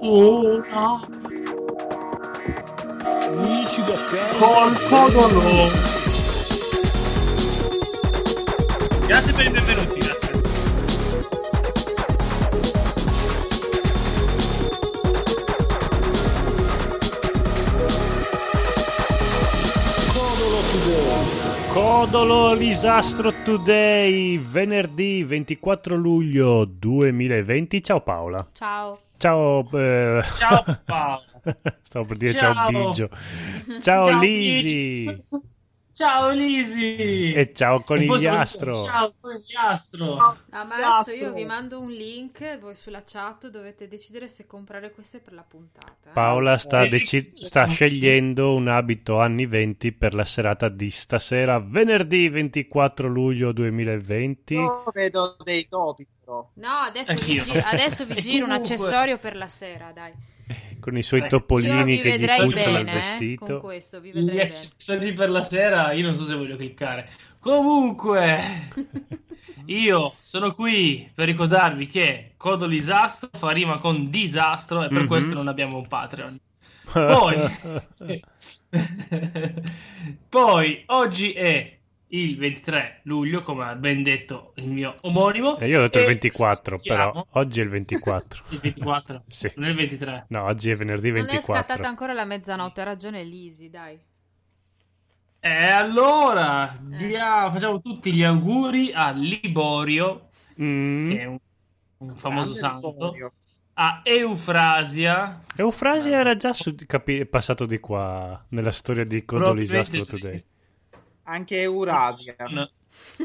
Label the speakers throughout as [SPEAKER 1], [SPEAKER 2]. [SPEAKER 1] Una
[SPEAKER 2] Amici da casa.
[SPEAKER 1] col codolo.
[SPEAKER 3] Grazie per i benvenuti, grazie.
[SPEAKER 2] Codolo Today. Codolo Lisastro Today, venerdì 24 luglio 2020. Ciao Paola.
[SPEAKER 4] Ciao.
[SPEAKER 2] Ciao. eh,
[SPEAKER 3] Ciao Paolo.
[SPEAKER 2] Stavo per dire ciao,
[SPEAKER 3] Ciao.
[SPEAKER 2] Biggio. Ciao,
[SPEAKER 3] Ciao,
[SPEAKER 2] Lisi.
[SPEAKER 3] Biggio. Ciao Lisi.
[SPEAKER 2] E ciao Conigliastro.
[SPEAKER 3] Ciao Conigliastro.
[SPEAKER 4] Ah, ma adesso
[SPEAKER 3] Disastro.
[SPEAKER 4] io vi mando un link, voi sulla chat dovete decidere se comprare queste per la puntata. eh.
[SPEAKER 2] Paola sta,
[SPEAKER 3] Eh,
[SPEAKER 2] deci-
[SPEAKER 3] sì.
[SPEAKER 2] sta scegliendo un abito anni 20 per la serata di stasera, venerdì 24 luglio 2020.
[SPEAKER 5] Io vedo dei topi, però.
[SPEAKER 4] No, adesso vi,
[SPEAKER 3] Anch'io.
[SPEAKER 4] gi- adesso vi
[SPEAKER 3] E
[SPEAKER 4] giro un
[SPEAKER 3] comunque-
[SPEAKER 4] accessorio per la sera, dai.
[SPEAKER 2] con i suoi
[SPEAKER 3] Beh,
[SPEAKER 4] Io
[SPEAKER 2] topolini
[SPEAKER 4] vi
[SPEAKER 2] che gli
[SPEAKER 4] vedrei
[SPEAKER 2] cucciano
[SPEAKER 4] bene
[SPEAKER 2] il
[SPEAKER 4] eh, con
[SPEAKER 2] vestito.
[SPEAKER 4] questo, vi
[SPEAKER 3] Gli
[SPEAKER 4] vedrei bene.
[SPEAKER 3] accessori per la sera, io non so se voglio cliccare. Comunque, io sono qui per ricordarvi che Codolisastro fa rima con disastro e per
[SPEAKER 2] Mhm.
[SPEAKER 3] questo non abbiamo un Patreon. Poi, poi oggi è il 23 luglio, come ha ben detto il mio omonimo.
[SPEAKER 2] Eh, io ho detto il
[SPEAKER 3] E
[SPEAKER 2] 24,
[SPEAKER 3] siamo-
[SPEAKER 2] però oggi è il 24.
[SPEAKER 3] Il 24,
[SPEAKER 2] Sì.
[SPEAKER 3] non è il 23.
[SPEAKER 2] No, oggi è venerdì
[SPEAKER 4] Non è
[SPEAKER 2] 24.
[SPEAKER 4] scattata ancora la mezzanotte, ha ragione Lisi, dai.
[SPEAKER 3] E allora dia- facciamo tutti gli auguri a Liborio,
[SPEAKER 2] Mm.
[SPEAKER 3] che è un, un famoso
[SPEAKER 5] Grande
[SPEAKER 3] santo,
[SPEAKER 5] Vittorio.
[SPEAKER 3] a Eufrasia,
[SPEAKER 2] Eufrasia era già su- capi- passato di qua nella storia di Codolisastro
[SPEAKER 3] Probabilmente sì.
[SPEAKER 2] Today.
[SPEAKER 5] Anche Eurasia.
[SPEAKER 3] a,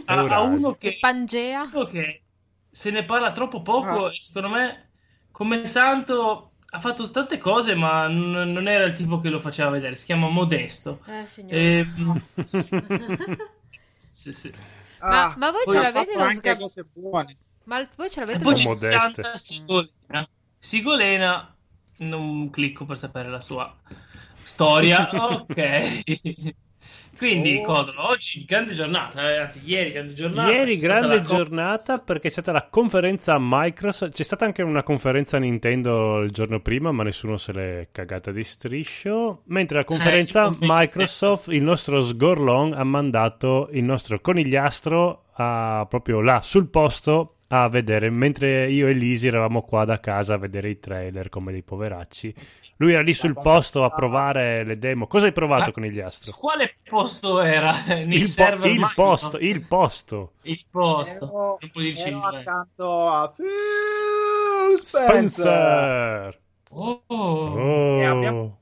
[SPEAKER 2] Eufrasia.
[SPEAKER 3] a uno che,
[SPEAKER 4] E Pangea?
[SPEAKER 3] uno che se ne parla troppo poco
[SPEAKER 5] Ah.
[SPEAKER 3] e secondo me come santo ha fatto tante cose ma n- non era il tipo che lo faceva vedere, si chiama Modesto.
[SPEAKER 4] Eh, signore.
[SPEAKER 3] Ehm, sì, sì.
[SPEAKER 4] Ma-
[SPEAKER 5] Ah,
[SPEAKER 4] ma voi
[SPEAKER 5] poi
[SPEAKER 4] ce
[SPEAKER 5] ha
[SPEAKER 4] l'avete
[SPEAKER 5] fatto
[SPEAKER 4] lo
[SPEAKER 5] anche
[SPEAKER 4] sgab-
[SPEAKER 5] cose buone.
[SPEAKER 4] Ma voi ce
[SPEAKER 3] E
[SPEAKER 4] l'avete
[SPEAKER 3] poi
[SPEAKER 2] con
[SPEAKER 3] c'è
[SPEAKER 4] lo-
[SPEAKER 2] Modeste.
[SPEAKER 3] Santa Sigolena. Sigolena, non clicco per sapere la sua storia. ok. Quindi,
[SPEAKER 5] Oh.
[SPEAKER 3] Codolo, oggi grande giornata, eh, anzi ieri grande giornata.
[SPEAKER 2] Ieri
[SPEAKER 3] c'è stata
[SPEAKER 2] grande
[SPEAKER 3] la co-
[SPEAKER 2] giornata perché c'è stata la conferenza Microsoft, c'è stata anche una conferenza Nintendo il giorno prima, ma nessuno se l'è cagata di striscio. Mentre la
[SPEAKER 3] Eh,
[SPEAKER 2] conferenza
[SPEAKER 3] io-
[SPEAKER 2] Microsoft, il nostro Sgorlon ha mandato il nostro conigliastro a- proprio là sul posto a vedere, mentre io e Lisi eravamo qua da casa a vedere i trailer come dei poveracci. Lui era lì sul posto a provare le demo. Cosa hai provato,
[SPEAKER 3] Ah,
[SPEAKER 2] conigliastro?
[SPEAKER 3] Quale posto era? Nei
[SPEAKER 2] Il, po-
[SPEAKER 3] server
[SPEAKER 2] il
[SPEAKER 3] Microsoft?
[SPEAKER 2] posto, il posto.
[SPEAKER 3] Il posto.
[SPEAKER 5] Ero,
[SPEAKER 3] Non puoi dirci il
[SPEAKER 5] ero
[SPEAKER 3] livello.
[SPEAKER 5] accanto a Phil Spencer.
[SPEAKER 2] Spencer!
[SPEAKER 3] Oh.
[SPEAKER 2] Oh.
[SPEAKER 5] E abbiamo fatto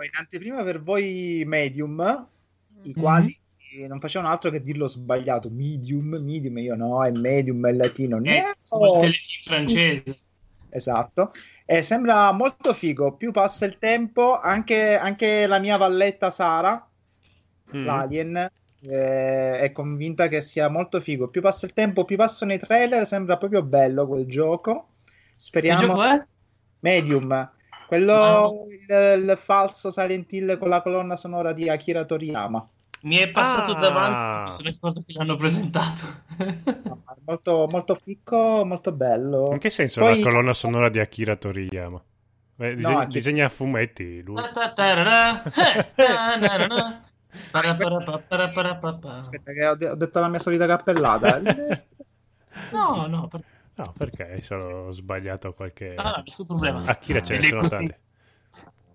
[SPEAKER 5] Ah, in anteprima per voi Medium,
[SPEAKER 4] Mm-hmm.
[SPEAKER 5] i quali eh, non facevano altro che dirlo sbagliato. Medium, medium, io no, è medium, è latino.
[SPEAKER 3] Eh,
[SPEAKER 5] no.
[SPEAKER 3] il telefilm francese.
[SPEAKER 5] Esatto, e sembra molto figo. Più passa il tempo, anche, anche la mia valletta Sara,
[SPEAKER 2] Mm.
[SPEAKER 5] l'alien, eh, è convinta che sia molto figo. Più passa il tempo, più passano i trailer. Sembra proprio bello quel gioco.
[SPEAKER 3] Il
[SPEAKER 5] Speriamo.
[SPEAKER 3] gioco è?
[SPEAKER 5] Medium, quello
[SPEAKER 3] No.
[SPEAKER 5] il, il falso Silent Hill con la colonna sonora di Akira Toriyama.
[SPEAKER 3] Mi è passato
[SPEAKER 2] Ah.
[SPEAKER 3] davanti, mi sono ricordato che l'hanno presentato.
[SPEAKER 5] No, è Molto, molto picco, molto bello.
[SPEAKER 2] In che senso
[SPEAKER 5] Poi-
[SPEAKER 2] la colonna sonora di Akira Toriyama? Beh, dise-
[SPEAKER 5] No, anche-
[SPEAKER 2] Disegna a fumetti lui.
[SPEAKER 3] Ta-ta-ta-ra-ra, eh, ta-na-na-na. Paraparapaparapapapa.
[SPEAKER 5] Aspetta, che ho, de- ho detto la mia solita cappellata.
[SPEAKER 3] No, no, per- ah,
[SPEAKER 2] No, perché sono sbagliato qualche...
[SPEAKER 3] no, no, nessun problema.
[SPEAKER 2] Akira ce ne
[SPEAKER 3] Ed è
[SPEAKER 2] sono
[SPEAKER 3] così
[SPEAKER 2] tante.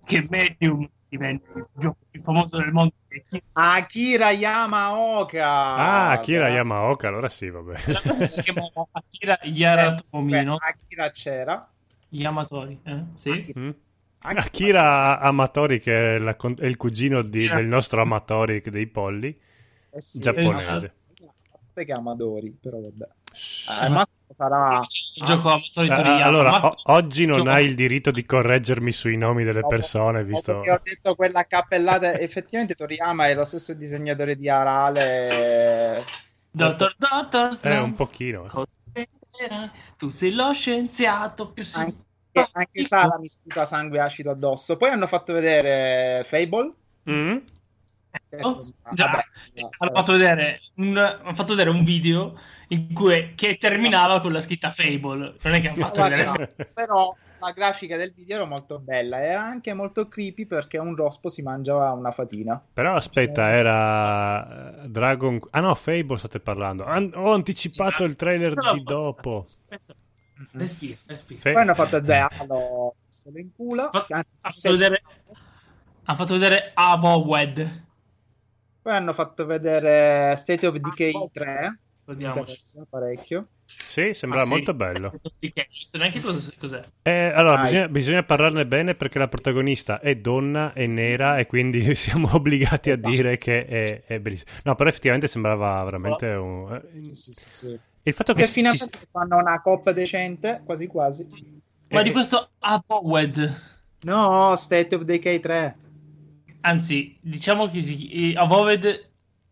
[SPEAKER 3] Che Medium diventa il gioco più famoso del mondo. E chi-
[SPEAKER 5] Akira Yamaoka.
[SPEAKER 2] Ah, Akira Yamaoka, allora sì, vabbè.
[SPEAKER 3] La cosa si chiama Akira
[SPEAKER 5] Beh,
[SPEAKER 3] Yaratomino.
[SPEAKER 5] Akira c'era.
[SPEAKER 3] Yamatori, eh? Sì?
[SPEAKER 2] Mm? Akira Amatori, che è, la con- è il cugino di-
[SPEAKER 3] Akira.
[SPEAKER 2] del nostro Amatori dei polli,
[SPEAKER 5] Eh sì.
[SPEAKER 2] giapponese.
[SPEAKER 5] Forse che Amadori, però vabbè.
[SPEAKER 2] Shh.
[SPEAKER 3] Ah,
[SPEAKER 5] Eh, ma sarà
[SPEAKER 3] Il gioco Amatori
[SPEAKER 2] Ah,
[SPEAKER 3] Toriyama.
[SPEAKER 2] allora,
[SPEAKER 3] Ma-
[SPEAKER 2] o- oggi non
[SPEAKER 3] gioco-
[SPEAKER 2] hai il diritto di correggermi sui nomi delle
[SPEAKER 5] Dopo-
[SPEAKER 2] persone, visto...
[SPEAKER 5] Dopo che ho detto quella cappellata, effettivamente Toriyama è lo stesso disegnatore di Arale.
[SPEAKER 3] Dottor Dottor
[SPEAKER 2] Eh,
[SPEAKER 3] Strange.
[SPEAKER 2] un pochino. eh.
[SPEAKER 3] Cosa succederà? Tu sei lo scienziato più
[SPEAKER 5] Anche,
[SPEAKER 3] simpatico.
[SPEAKER 5] anche Sara mi sputa sangue acido addosso. Poi hanno fatto vedere Fable,
[SPEAKER 2] Mm?
[SPEAKER 5] Adesso-
[SPEAKER 3] Oh, Già,
[SPEAKER 5] vabbè, eh,
[SPEAKER 3] hanno fatto vedere un, hanno fatto vedere un video in cui, che terminava con la scritta Fable. Non è che hanno fatto
[SPEAKER 5] guarda,
[SPEAKER 3] vedere.
[SPEAKER 5] però la grafica del video era molto bella era anche molto creepy perché un rospo si mangiava una fatina
[SPEAKER 2] Però aspetta,
[SPEAKER 5] Eh.
[SPEAKER 2] era eh, Dragon... Ah no, Fable state parlando. An- ho anticipato il trailer di dopo.
[SPEAKER 3] Aspetta, respira, respira.
[SPEAKER 2] Fe- eh,
[SPEAKER 5] poi hanno fatto Diablo solo in culo
[SPEAKER 3] Fa-
[SPEAKER 5] anzi,
[SPEAKER 3] ha
[SPEAKER 5] se-
[SPEAKER 3] fatto vedere, ha fatto vedere Abowed.
[SPEAKER 5] poi hanno fatto vedere State
[SPEAKER 3] Ah,
[SPEAKER 5] of
[SPEAKER 3] boh.
[SPEAKER 5] Decay 3
[SPEAKER 3] Ricordiamoci.
[SPEAKER 5] interessa parecchio
[SPEAKER 2] Sì, sembrava
[SPEAKER 3] Ah, sì.
[SPEAKER 2] molto bello.
[SPEAKER 3] Perché Non so neanche cosa, cos'è.
[SPEAKER 2] Eh, allora,
[SPEAKER 5] Dai.
[SPEAKER 2] bisogna, bisogna parlarne bene perché la protagonista è donna, è nera e quindi siamo obbligati a
[SPEAKER 5] Esatto.
[SPEAKER 2] dire che è, è bellissima. No, però effettivamente sembrava veramente un... eh,
[SPEAKER 5] sì, sì, sì, sì.
[SPEAKER 2] Il fatto che...
[SPEAKER 5] se
[SPEAKER 2] si-
[SPEAKER 5] Cioè, finalmente fanno una coppa decente quasi quasi
[SPEAKER 3] Ma
[SPEAKER 2] eh,
[SPEAKER 3] di questo Abowed.
[SPEAKER 5] no State of Decay 3
[SPEAKER 3] Anzi, diciamo che si, eh, Avoved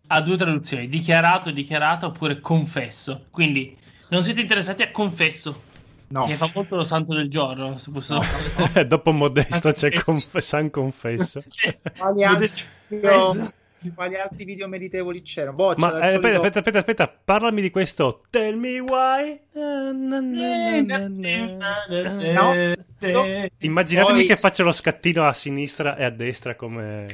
[SPEAKER 3] ha due traduzioni, dichiarato, dichiarato oppure confesso. Quindi non siete interessati a confesso,
[SPEAKER 5] no
[SPEAKER 3] che fa molto lo santo del giorno, se posso...
[SPEAKER 2] Eh, Dopo Modesto c'è
[SPEAKER 3] Anche-
[SPEAKER 2] conf- San Confesso.
[SPEAKER 5] quali altri,
[SPEAKER 3] Confesso.
[SPEAKER 5] quali altri video meritevoli c'erano boh,
[SPEAKER 2] Ma
[SPEAKER 5] c'era
[SPEAKER 2] eh,
[SPEAKER 5] il
[SPEAKER 2] aspetta,
[SPEAKER 5] solito-
[SPEAKER 2] aspetta, aspetta, aspetta, parlami di questo. Tell me why. Na, na, na, na, na, na.
[SPEAKER 5] No.
[SPEAKER 2] Immaginatevi
[SPEAKER 3] Poi-
[SPEAKER 2] che faccio lo scattino a sinistra e a destra come...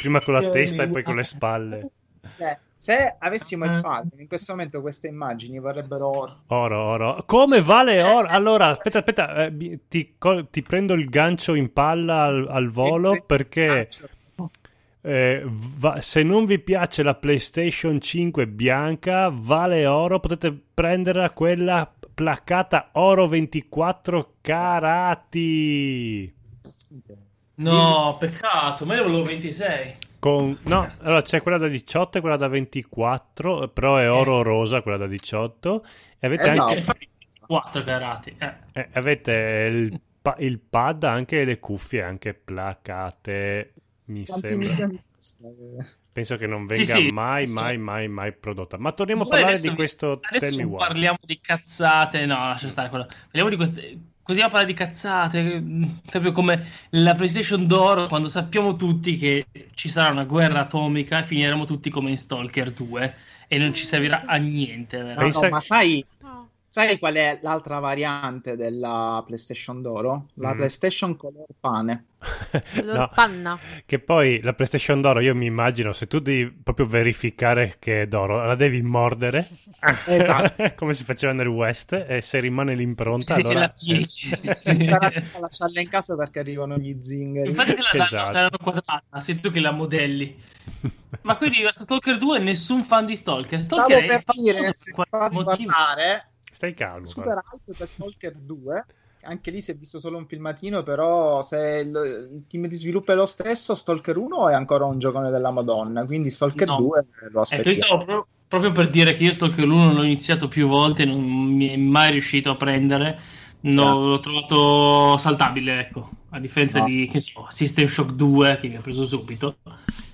[SPEAKER 2] Prima con la testa e poi con le spalle.
[SPEAKER 5] Eh, se avessimo
[SPEAKER 2] Eh.
[SPEAKER 5] il padre in questo momento queste immagini varrebbero oro.
[SPEAKER 2] Oro, oro. Come vale oro? Allora, aspetta, aspetta, eh, bi- ti, co- ti prendo il gancio in palla al, al
[SPEAKER 5] eh,
[SPEAKER 2] volo
[SPEAKER 5] Ah,
[SPEAKER 2] perché
[SPEAKER 5] cioè,
[SPEAKER 2] eh, va- se non vi piace la PlayStation 5 bianca, vale oro, potete prendere quella placata oro 24 carati.
[SPEAKER 3] No, peccato, ma io volevo 26.
[SPEAKER 2] Con... No, allora c'è quella da 18 e quella da 24, eh, però è oro rosa quella da 18. E avete
[SPEAKER 5] Eh,
[SPEAKER 2] anche...
[SPEAKER 5] no.
[SPEAKER 3] Eh, fai 4 carati. eh.
[SPEAKER 2] Eh, avete il, pa- il pad, anche le cuffie, anche placate. Mi
[SPEAKER 5] Quanti
[SPEAKER 2] sembra.
[SPEAKER 5] milioni costa? Eh,
[SPEAKER 2] Penso che non venga
[SPEAKER 3] Sì, sì,
[SPEAKER 2] mai,
[SPEAKER 3] sì.
[SPEAKER 2] mai, mai, mai prodotta. Ma torniamo a
[SPEAKER 3] Noi
[SPEAKER 2] parlare
[SPEAKER 3] adesso
[SPEAKER 2] di
[SPEAKER 3] vi-
[SPEAKER 2] questo Tell
[SPEAKER 3] Adesso
[SPEAKER 2] Me
[SPEAKER 3] non
[SPEAKER 2] Why.
[SPEAKER 3] parliamo di cazzate, no, lascia stare quello. Parliamo di queste. Continuiamo a parlare di cazzate, mh, proprio come la PlayStation d'oro, quando sappiamo tutti che ci sarà una guerra atomica e finiremo tutti come in Stalker 2 e non ci servirà a niente,
[SPEAKER 5] no,
[SPEAKER 3] vero?
[SPEAKER 2] Pensa-
[SPEAKER 5] no, ma sai,
[SPEAKER 4] No.
[SPEAKER 5] sai qual è l'altra variante della PlayStation d'oro? La
[SPEAKER 2] Mm.
[SPEAKER 5] PlayStation color pane.
[SPEAKER 2] No.
[SPEAKER 4] Panna.
[SPEAKER 2] Che poi la PlayStation d'oro, io mi immagino, se tu devi proprio verificare che è d'oro, la devi mordere.
[SPEAKER 3] Ah.
[SPEAKER 5] Esatto.
[SPEAKER 2] Come si faceva nel West, e se rimane l'impronta,
[SPEAKER 3] Sì,
[SPEAKER 2] allora.
[SPEAKER 3] la pieghi.
[SPEAKER 5] Sarà da lasciarla in casa perché arrivano gli zingari.
[SPEAKER 3] Infatti te la danno,
[SPEAKER 2] Esatto.
[SPEAKER 3] te la danno quadrata, sei tu che la modelli. Ma quindi a Stalker 2 nessun fan di Stalker.
[SPEAKER 5] Stavo
[SPEAKER 3] Stalker è
[SPEAKER 5] per dire,
[SPEAKER 3] famoso
[SPEAKER 5] se
[SPEAKER 3] per qualche
[SPEAKER 5] fate
[SPEAKER 3] motivo.
[SPEAKER 5] parlare,
[SPEAKER 2] Stai calmo.
[SPEAKER 5] super
[SPEAKER 2] guarda.
[SPEAKER 5] hype per Stalker 2. Anche lì si è visto solo un filmatino, però se il, il team di sviluppo è lo stesso, Stalker 1 è ancora un giocone della Madonna, quindi Stalker
[SPEAKER 3] No.
[SPEAKER 5] 2 lo
[SPEAKER 3] Ecco, io
[SPEAKER 5] aspettiamo.
[SPEAKER 3] stavo pro- proprio per dire che io Stalker 1 l'ho iniziato più volte, non mi è mai riuscito a prendere. No,
[SPEAKER 5] Ah.
[SPEAKER 3] l'ho trovato saltabile, ecco. A differenza
[SPEAKER 5] No.
[SPEAKER 3] di che so, System Shock 2 che mi ha preso subito.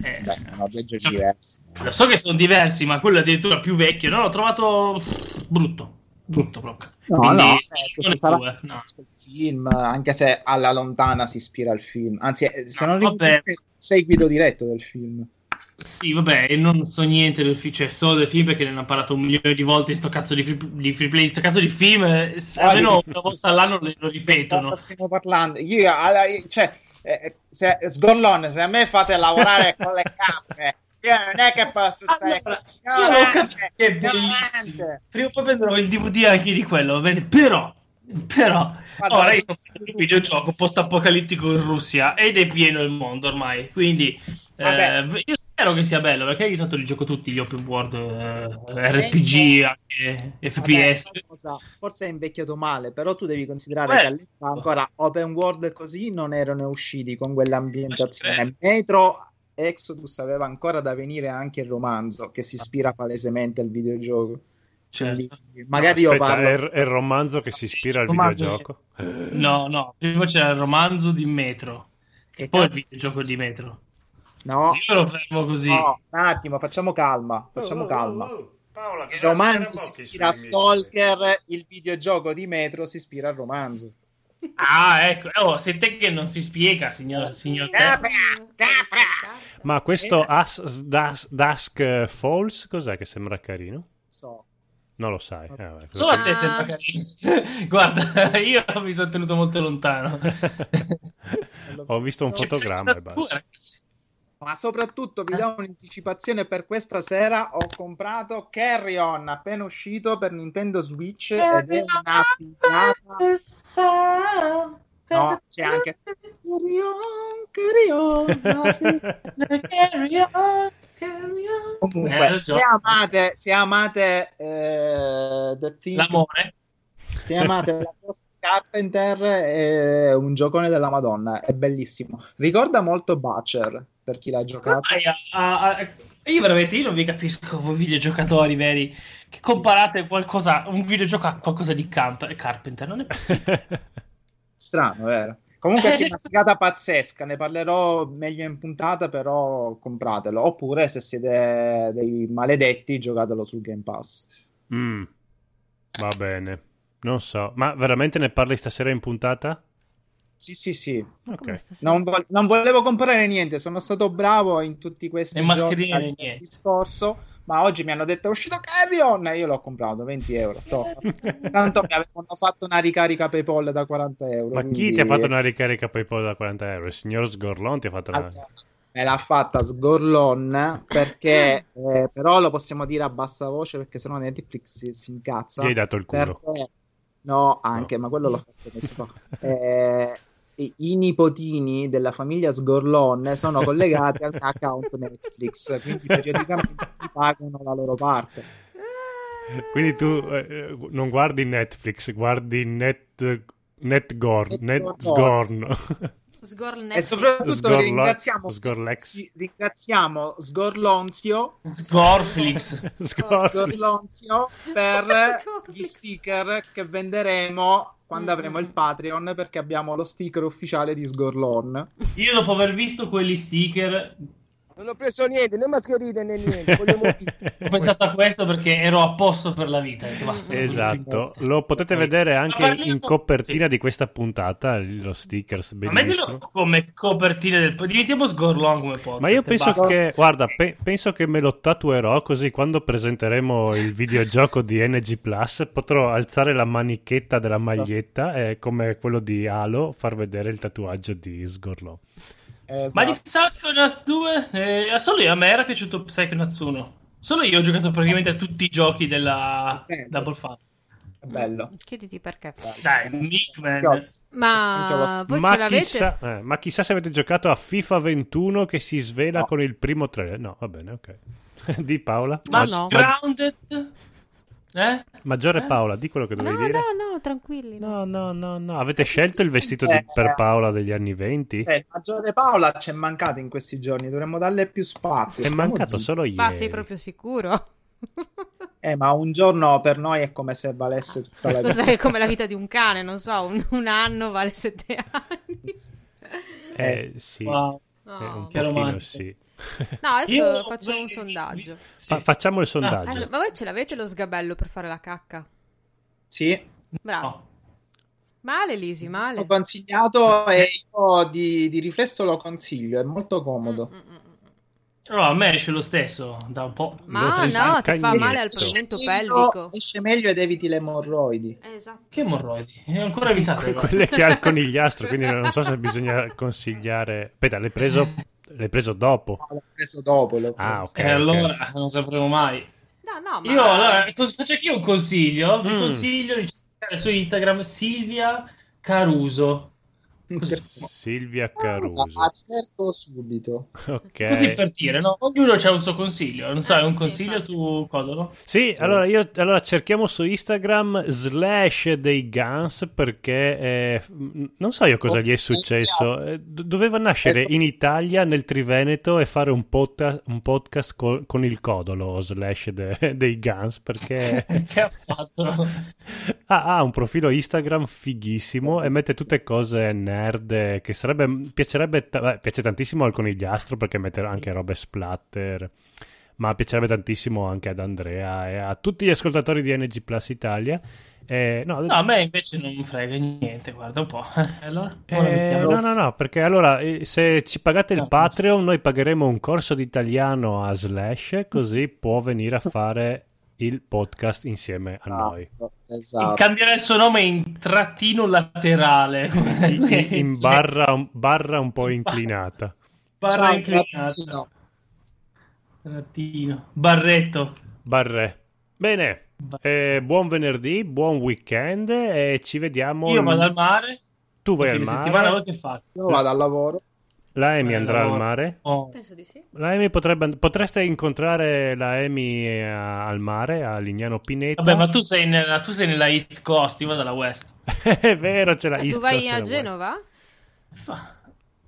[SPEAKER 3] Eh,
[SPEAKER 5] Beh, sono due giochi
[SPEAKER 3] cioè,
[SPEAKER 5] diversi.
[SPEAKER 3] lo so che sono diversi, ma quello è addirittura più vecchio. No, l'ho trovato pff, brutto. Brutto proprio.
[SPEAKER 5] No,
[SPEAKER 3] Quindi,
[SPEAKER 5] no,
[SPEAKER 3] sì,
[SPEAKER 5] eh,
[SPEAKER 3] non è
[SPEAKER 5] sarà-
[SPEAKER 3] due, no.
[SPEAKER 5] il film, anche se alla lontana si ispira al film, anzi, eh, se
[SPEAKER 3] No,
[SPEAKER 5] non ricordo
[SPEAKER 3] vabbè.
[SPEAKER 5] male, è seguito diretto del film.
[SPEAKER 3] Sì, vabbè, e non so niente del film, cioè so del film perché ne hanno parlato un milione di volte di sto cazzo di free, di free play, sto cazzo di film, eh, s-
[SPEAKER 5] Ah,
[SPEAKER 3] almeno
[SPEAKER 5] di-
[SPEAKER 3] una volta all'anno le- lo
[SPEAKER 5] Cosa
[SPEAKER 3] ripetono.
[SPEAKER 5] stiamo parlando? Io, alla- cioè, eh, se, sgorlone, se a me fate lavorare con le gambe, io non è che posso stare
[SPEAKER 3] Allora,
[SPEAKER 5] con le
[SPEAKER 3] io l'ho
[SPEAKER 5] gambe,
[SPEAKER 3] capito che è bellissimo. Prima o poi vedrò il DVD anche di quello, va bene? Però, però,
[SPEAKER 5] Guarda,
[SPEAKER 3] ora io sto facendo un videogioco post-apocalittico in Russia ed è pieno il mondo ormai, quindi eh,
[SPEAKER 5] Vabbè.
[SPEAKER 3] io spero che sia bello perché io tanto li gioco tutti gli open world eh, RPG, anche
[SPEAKER 5] Vabbè,
[SPEAKER 3] FPS.
[SPEAKER 5] cosa- forse è invecchiato male, però tu devi considerare
[SPEAKER 3] Beh.
[SPEAKER 5] che all'epoca ancora open world così non erano usciti con quell'ambientazione.
[SPEAKER 3] Eh.
[SPEAKER 5] Metro Exodus aveva ancora da venire anche il romanzo che si ispira palesemente al videogioco. Quindi,
[SPEAKER 3] Certo.
[SPEAKER 5] magari io
[SPEAKER 2] Aspetta,
[SPEAKER 5] parlo.
[SPEAKER 2] è, è il romanzo che si ispira al
[SPEAKER 3] Romanzo.
[SPEAKER 2] videogioco.
[SPEAKER 3] No, no, prima c'era il romanzo di Metro,
[SPEAKER 5] Che
[SPEAKER 3] poi il
[SPEAKER 5] cazzo-
[SPEAKER 3] videogioco di Metro.
[SPEAKER 5] No,
[SPEAKER 3] Io lo fermo così.
[SPEAKER 5] no, un attimo, facciamo calma. Facciamo calma.
[SPEAKER 2] Oh,
[SPEAKER 5] Il romanzo si ispira a Stalker, il videogioco di Metro si ispira al romanzo. Eh,
[SPEAKER 3] Ah, ecco, oh, se te che non si spiega, signor, signor
[SPEAKER 5] Capra,
[SPEAKER 4] Capra.
[SPEAKER 2] Eh, Ma questo
[SPEAKER 5] Eh.
[SPEAKER 2] As- Das- Dusk Falls cos'è che sembra carino?
[SPEAKER 5] So.
[SPEAKER 2] Non lo sai. eh, vabbè, cosa-
[SPEAKER 3] Solo a te
[SPEAKER 4] Ah.
[SPEAKER 3] sembra carino. Guarda, io mi sono tenuto molto lontano.
[SPEAKER 2] Ho visto un
[SPEAKER 5] C'è
[SPEAKER 2] fotogramma e
[SPEAKER 3] Sicura,
[SPEAKER 2] basta.
[SPEAKER 3] ragazzi.
[SPEAKER 5] Ma soprattutto vi do un'anticipazione per questa sera. Ho comprato Carrion appena uscito per Nintendo Switch ed è una figata. No, c'è anche Carrion, Carrion. no, sì.
[SPEAKER 3] Eh,
[SPEAKER 5] Comunque,
[SPEAKER 3] lo so.
[SPEAKER 5] se amate, se amate eh, The Thief,
[SPEAKER 3] L'amore.
[SPEAKER 5] se amate la cosa di Carpenter, è un giocone della Madonna, è bellissimo. Ricorda molto Butcher, per chi l'ha giocato.
[SPEAKER 3] Dai, a- a- a- Io veramente io non vi capisco voi videogiocatori veri che comparate qualcosa, un videogioco a qualcosa di Camp- Carpenter. Non è
[SPEAKER 5] Strano, vero? Comunque
[SPEAKER 3] Eh.
[SPEAKER 5] sì, una figata pazzesca, ne parlerò meglio in puntata, però compratelo. Oppure se siete dei maledetti, giocatelo sul Game Pass.
[SPEAKER 2] Mm. Va bene. Non so. Ma veramente ne parli stasera in puntata?
[SPEAKER 5] Sì, sì, sì.
[SPEAKER 4] Come
[SPEAKER 2] Ok.
[SPEAKER 4] stasera?
[SPEAKER 5] Non, vo- non volevo comprare niente, sono stato bravo in tutti questi
[SPEAKER 3] E
[SPEAKER 5] giorni
[SPEAKER 3] mascherine,
[SPEAKER 5] al
[SPEAKER 3] niente.
[SPEAKER 5] discorso, ma oggi mi hanno detto è uscito Carrion e io l'ho comprato, 20 euro. toh. Tanto mi avevano fatto una ricarica PayPal da 40 euro.
[SPEAKER 2] Ma chi
[SPEAKER 5] quindi-
[SPEAKER 2] ti ha fatto una ricarica PayPal da 40 euro? Il signor Sgorlon ti ha fatto una...
[SPEAKER 5] Allora, me l'ha fatta sgorlon perché eh, però lo possiamo dire a bassa voce perché sennò Netflix si, si incazza
[SPEAKER 2] Gli hai dato il culo.
[SPEAKER 5] perché no anche ma quello l'ho fatto adesso fa. Eh, i- i nipotini della famiglia Sgorlon sono collegati al mio account Netflix quindi periodicamente mi pagano la loro parte
[SPEAKER 4] Ah.
[SPEAKER 2] Quindi tu eh, eh, non guardi Netflix, guardi Net... Netgorn,
[SPEAKER 5] Net-
[SPEAKER 2] Netsgorn.
[SPEAKER 4] Sgorl
[SPEAKER 5] e
[SPEAKER 4] Netflix.
[SPEAKER 5] soprattutto
[SPEAKER 2] Sgorlo-
[SPEAKER 5] ringraziamo
[SPEAKER 2] Sgorlex.
[SPEAKER 5] sì, ringraziamo Sgorlonzio
[SPEAKER 3] Sgorflix.
[SPEAKER 2] Sgorflix.
[SPEAKER 5] Gorlonzio per gli sticker che venderemo quando
[SPEAKER 4] Mm,
[SPEAKER 5] avremo
[SPEAKER 4] mm,
[SPEAKER 5] il
[SPEAKER 4] mm.
[SPEAKER 5] Patreon perché abbiamo lo sticker ufficiale di Sgorlon.
[SPEAKER 3] Io dopo aver visto quegli sticker
[SPEAKER 6] Non ho preso niente, né mascherine né niente. con gli emoticon.
[SPEAKER 3] ho pensato a questo perché ero a posto per la vita. ho detto, basta.
[SPEAKER 2] Esatto, lo potete vedere anche
[SPEAKER 3] Ma parliamo-
[SPEAKER 2] in copertina
[SPEAKER 3] sì.
[SPEAKER 2] di questa puntata, lo sticker
[SPEAKER 3] Ma mettilo
[SPEAKER 2] bellissimo.
[SPEAKER 3] come copertina del po- diventiamo sgorlon come podcast.
[SPEAKER 2] Ma io
[SPEAKER 3] e
[SPEAKER 2] penso
[SPEAKER 3] basta.
[SPEAKER 2] che, guarda, pe- penso che me lo tatuerò così quando presenteremo il videogioco di NG Plus potrò alzare la manichetta della maglietta e come quello di Halo far vedere il tatuaggio di Sgorlò.
[SPEAKER 5] Esatto.
[SPEAKER 3] Ma di Psychonauts 2 eh, solo io, a me era piaciuto Psychonauts 1. Solo io ho giocato praticamente a tutti i giochi della
[SPEAKER 5] Eh.
[SPEAKER 3] Double Fun.
[SPEAKER 5] È bello.
[SPEAKER 4] Mm, Chiediti perché.
[SPEAKER 3] Dai, Mickman.
[SPEAKER 5] Anche lo-
[SPEAKER 4] Ma voi
[SPEAKER 2] Ma
[SPEAKER 4] ce l'avete?
[SPEAKER 2] chissà, eh, ma chissà se avete giocato a FIFA 21 che si svela
[SPEAKER 5] No.
[SPEAKER 2] con il primo trailer. No, va bene, ok. di Paola? Ma-
[SPEAKER 4] Ma Ah, no.
[SPEAKER 3] Grounded? Eh?
[SPEAKER 2] Maggiore
[SPEAKER 3] Eh?
[SPEAKER 2] Paola, di quello che
[SPEAKER 4] No,
[SPEAKER 2] dovevi dire.
[SPEAKER 4] no, no, tranquilli. no.
[SPEAKER 2] No, no, no, no. Avete scelto il vestito di- per Paola degli anni 20?
[SPEAKER 5] Eh, il maggiore Paola ci è mancato in questi giorni, dovremmo darle più spazio.
[SPEAKER 2] È
[SPEAKER 5] Stiamo
[SPEAKER 2] mancato
[SPEAKER 5] zitti.
[SPEAKER 2] solo ieri.
[SPEAKER 4] Ma sei proprio sicuro?
[SPEAKER 5] Eh, ma un giorno per noi è come se valesse tutta la vita.
[SPEAKER 4] Cos'è come la vita di un cane, non so, un, un anno vale sette anni.
[SPEAKER 2] Eh, sì,
[SPEAKER 3] Wow.
[SPEAKER 4] No.
[SPEAKER 2] eh, un
[SPEAKER 3] Che
[SPEAKER 2] pochino
[SPEAKER 3] romantico.
[SPEAKER 2] sì.
[SPEAKER 4] No, adesso
[SPEAKER 3] Io-
[SPEAKER 4] faccio un sondaggio.
[SPEAKER 3] Sì.
[SPEAKER 2] Fa- facciamo il sondaggio.
[SPEAKER 4] Allora, ma voi ce l'avete lo sgabello per fare la cacca?
[SPEAKER 5] Sì,
[SPEAKER 4] Bravo.
[SPEAKER 3] No.
[SPEAKER 4] Male, Lisi, male.
[SPEAKER 5] l'ho consigliato e io di, di riflesso lo consiglio, è molto comodo.
[SPEAKER 4] Mm, mm, mm, mm.
[SPEAKER 3] No, a me esce lo stesso da un po'.
[SPEAKER 2] Lo
[SPEAKER 4] Ma
[SPEAKER 2] fai
[SPEAKER 4] no,
[SPEAKER 2] al
[SPEAKER 4] ti fa
[SPEAKER 2] cagnetto.
[SPEAKER 4] male al
[SPEAKER 5] Esce
[SPEAKER 4] pavimento
[SPEAKER 5] meglio-
[SPEAKER 4] pelvico.
[SPEAKER 5] Esce meglio ed eviti le emorroidi.
[SPEAKER 4] Eh, Esatto.
[SPEAKER 3] Che morroidi? È ancora evitato.
[SPEAKER 2] Que- quelle che ha il conigliastro, quindi non so se bisogna consigliare. Aspetta, l'hai preso, l'hai preso dopo.
[SPEAKER 5] No, L'ho preso dopo. l'ho
[SPEAKER 2] Ah,
[SPEAKER 5] preso.
[SPEAKER 2] ok.
[SPEAKER 3] E Eh, allora non sapremo mai.
[SPEAKER 4] No, no, ma...
[SPEAKER 3] Io allora, cos- faccio anche io un consiglio. Vi
[SPEAKER 2] Mm.
[SPEAKER 3] consiglio di cercare su Instagram Silvia Caruso.
[SPEAKER 2] Silvia
[SPEAKER 5] Cioè, Ah,
[SPEAKER 2] Caruso.
[SPEAKER 5] cerco subito.
[SPEAKER 2] Ok.
[SPEAKER 3] Così per dire, no? Ognuno c'ha un suo consiglio. Non so, è
[SPEAKER 4] Ah,
[SPEAKER 3] un
[SPEAKER 4] sì,
[SPEAKER 3] consiglio
[SPEAKER 4] infatti.
[SPEAKER 3] tu, Codolo?
[SPEAKER 2] Sì, allora, io, allora cerchiamo su Instagram slash dei Guns perché eh, mh, non so io cosa gli è successo. Eh, do- Doveva nascere in Italia, nel Triveneto, e fare un, podca- un podcast co- con il codolo slash de- dei Guns perché
[SPEAKER 3] che ha fatto?
[SPEAKER 2] ha, ha un profilo Instagram fighissimo e mette tutte cose nerd che sarebbe, piacerebbe, ta- beh, piace tantissimo al conigliastro perché mette anche robe splatter. ma piacerebbe tantissimo anche ad Andrea e a tutti gli ascoltatori di NG Plus Italia. Eh, no,
[SPEAKER 3] No, a me invece non frega niente, guarda un po'. Allora,
[SPEAKER 2] eh,
[SPEAKER 3] Ah, ora Ah, mettiamo-
[SPEAKER 2] no, no, no, perché allora eh, se ci pagate il
[SPEAKER 3] No,
[SPEAKER 2] Patreon noi pagheremo un corso di italiano a Slash così può venire a fare il podcast insieme
[SPEAKER 3] Ah.
[SPEAKER 2] a Ah, noi.
[SPEAKER 5] Esatto.
[SPEAKER 3] Cambierà il suo nome in trattino laterale.
[SPEAKER 2] In, in- in barra, un- barra un po' inclinata.
[SPEAKER 3] Barra
[SPEAKER 5] Ciao,
[SPEAKER 3] inclinata.
[SPEAKER 5] Martino.
[SPEAKER 3] Trattino. Barretto.
[SPEAKER 2] Barre. Bene, eh, buon venerdì, buon weekend e ci vediamo.
[SPEAKER 3] Io
[SPEAKER 2] l-
[SPEAKER 3] vado al mare.
[SPEAKER 2] Tu vai al
[SPEAKER 3] fine settimana
[SPEAKER 2] mare.
[SPEAKER 3] voi che fate?
[SPEAKER 5] Io vado al lavoro.
[SPEAKER 2] La Amy
[SPEAKER 3] Vai al
[SPEAKER 2] andrà al
[SPEAKER 3] lavoro.
[SPEAKER 2] mare.
[SPEAKER 3] Oh.
[SPEAKER 4] Penso di sì.
[SPEAKER 2] La Amy potrebbe and- potreste incontrare la Amy eh, al mare, a Lignano Pineta.
[SPEAKER 3] Vabbè, ma tu sei, nella, tu sei nella East Coast, io vado alla West.
[SPEAKER 2] È vero, c'è la
[SPEAKER 4] Ma
[SPEAKER 2] East
[SPEAKER 4] tu vai
[SPEAKER 2] Coast della
[SPEAKER 4] a
[SPEAKER 2] West.
[SPEAKER 4] Genova?
[SPEAKER 3] Fa-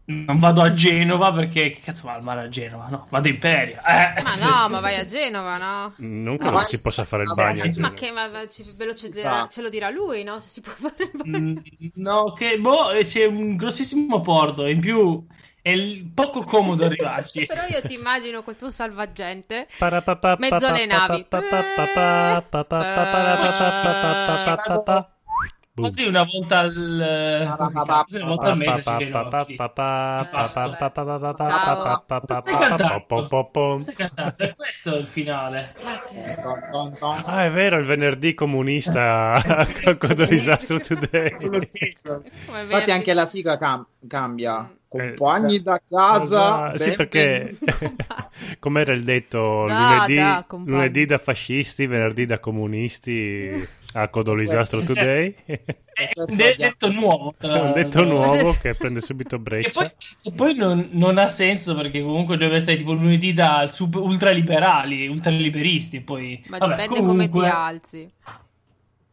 [SPEAKER 3] Non vado a Genova perché che cazzo va al mare a Genova? No, vado in Peria. Eh.
[SPEAKER 4] Ma no, ma vai a Genova, no?
[SPEAKER 2] Non
[SPEAKER 5] Ah,
[SPEAKER 2] credo
[SPEAKER 5] ma-
[SPEAKER 2] si possa fare il
[SPEAKER 5] ma-
[SPEAKER 2] bagno.
[SPEAKER 3] ma-
[SPEAKER 2] a
[SPEAKER 4] Ma
[SPEAKER 2] Genova.
[SPEAKER 4] che ma, ma ci- ve lo ce,
[SPEAKER 5] Si sa.
[SPEAKER 4] ce lo dirà lui, no? Se si può fare il bagno.
[SPEAKER 3] Esatto. Mm, No, che boh, e c'è un grossissimo porto in più è l- poco comodo arrivarci.
[SPEAKER 4] Però io ti immagino quel tuo salvagente
[SPEAKER 2] Parapapa-
[SPEAKER 4] mezzo alle navi.
[SPEAKER 2] papapapa- papapapa- Boom.
[SPEAKER 3] Quasi una volta al quasi una volta al mese c'è Genova, quindi. Stai cantando, E questo è il finale.
[SPEAKER 4] Ma che-
[SPEAKER 5] Ton, ton, ton.
[SPEAKER 2] Ah, è vero, il venerdì comunista Cocodò Disastro Today.
[SPEAKER 4] come
[SPEAKER 5] Infatti
[SPEAKER 4] verdi.
[SPEAKER 5] anche la sigla cam- cambia.
[SPEAKER 4] Eh,
[SPEAKER 5] Compagni da casa.
[SPEAKER 2] Sì, perché come era il detto,
[SPEAKER 4] Da,
[SPEAKER 2] lunedì,
[SPEAKER 4] da, compagni.
[SPEAKER 2] lunedì da fascisti, venerdì da comunisti a Codò Disastro Today.
[SPEAKER 3] È
[SPEAKER 5] Questo
[SPEAKER 3] un Eh, de-
[SPEAKER 5] abbiamo-
[SPEAKER 3] detto nuovo. tra-
[SPEAKER 2] Un detto nuovo che prende subito
[SPEAKER 3] Che
[SPEAKER 2] breccia.
[SPEAKER 3] poi, che poi non, non ha senso perché comunque deve essere tipo lunedì da super, ultraliberali, ultraliberisti. Poi,
[SPEAKER 4] Ma
[SPEAKER 3] Vabbè,
[SPEAKER 4] dipende
[SPEAKER 3] comunque-
[SPEAKER 4] come ti alzi.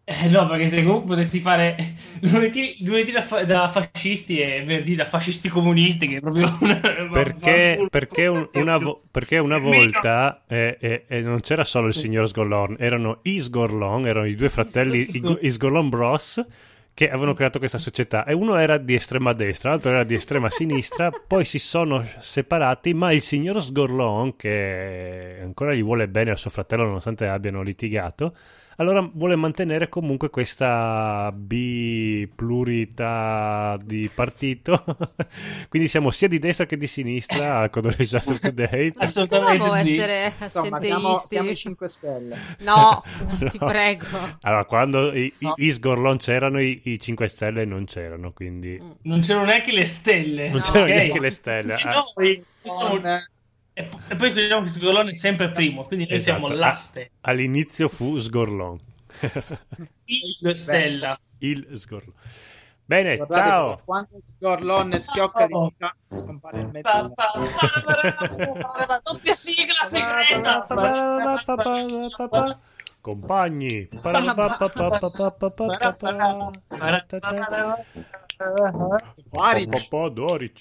[SPEAKER 3] Eh, no, perché se comunque potessi fare lunedì, lunedì da, fa- da fascisti e venerdì da fascisti comunisti, che è proprio un-
[SPEAKER 2] perché,
[SPEAKER 3] vaffanculo.
[SPEAKER 2] perché un- una, vo- perché una volta eh, eh, eh, non c'era solo il signor Sgorlon, erano i Sgorlon, erano i due fratelli, i, Go- i Sgorlon Bros, che avevano creato questa società. E uno era di estrema destra, l'altro era di estrema sinistra, poi si sono separati, ma il signor Sgorlon, che ancora gli vuole bene a suo fratello nonostante abbiano litigato, allora vuole mantenere comunque questa biplurità di partito. Quindi siamo sia di destra che di sinistra al Codore Disaster Today.
[SPEAKER 3] Assolutamente
[SPEAKER 4] Provo a
[SPEAKER 3] sì.
[SPEAKER 4] essere
[SPEAKER 5] Insomma, siamo,
[SPEAKER 4] assenteisti.
[SPEAKER 5] siamo i 5 Stelle.
[SPEAKER 4] No,
[SPEAKER 2] No.
[SPEAKER 4] ti prego.
[SPEAKER 2] Allora, quando i, i,
[SPEAKER 5] No.
[SPEAKER 2] i Sgorlon c'erano, i, i 5 Stelle non c'erano, quindi...
[SPEAKER 4] Mm.
[SPEAKER 3] Non c'erano neanche le stelle.
[SPEAKER 2] Non
[SPEAKER 4] No,
[SPEAKER 2] c'erano
[SPEAKER 4] ok.
[SPEAKER 2] neanche le stelle.
[SPEAKER 3] Sì,
[SPEAKER 2] Ah,
[SPEAKER 3] no, e-
[SPEAKER 5] Con,
[SPEAKER 3] sono-
[SPEAKER 5] eh,
[SPEAKER 3] E po- e poi crediamo che il colone è sempre primo, quindi noi
[SPEAKER 2] Esatto.
[SPEAKER 3] siamo l'aste,
[SPEAKER 2] All'inizio fu Sgorlon.
[SPEAKER 3] il stella.
[SPEAKER 2] Il Sgorlon. Bene, Eh,
[SPEAKER 5] guardate,
[SPEAKER 2] ciao!
[SPEAKER 5] Quando Sgorlon schiocca di dita, scompare il
[SPEAKER 3] Pa-
[SPEAKER 5] mezzo.
[SPEAKER 3] pa- pa- Doppia sigla segreta.
[SPEAKER 2] Compagni!
[SPEAKER 5] Pari.
[SPEAKER 2] Popodoric.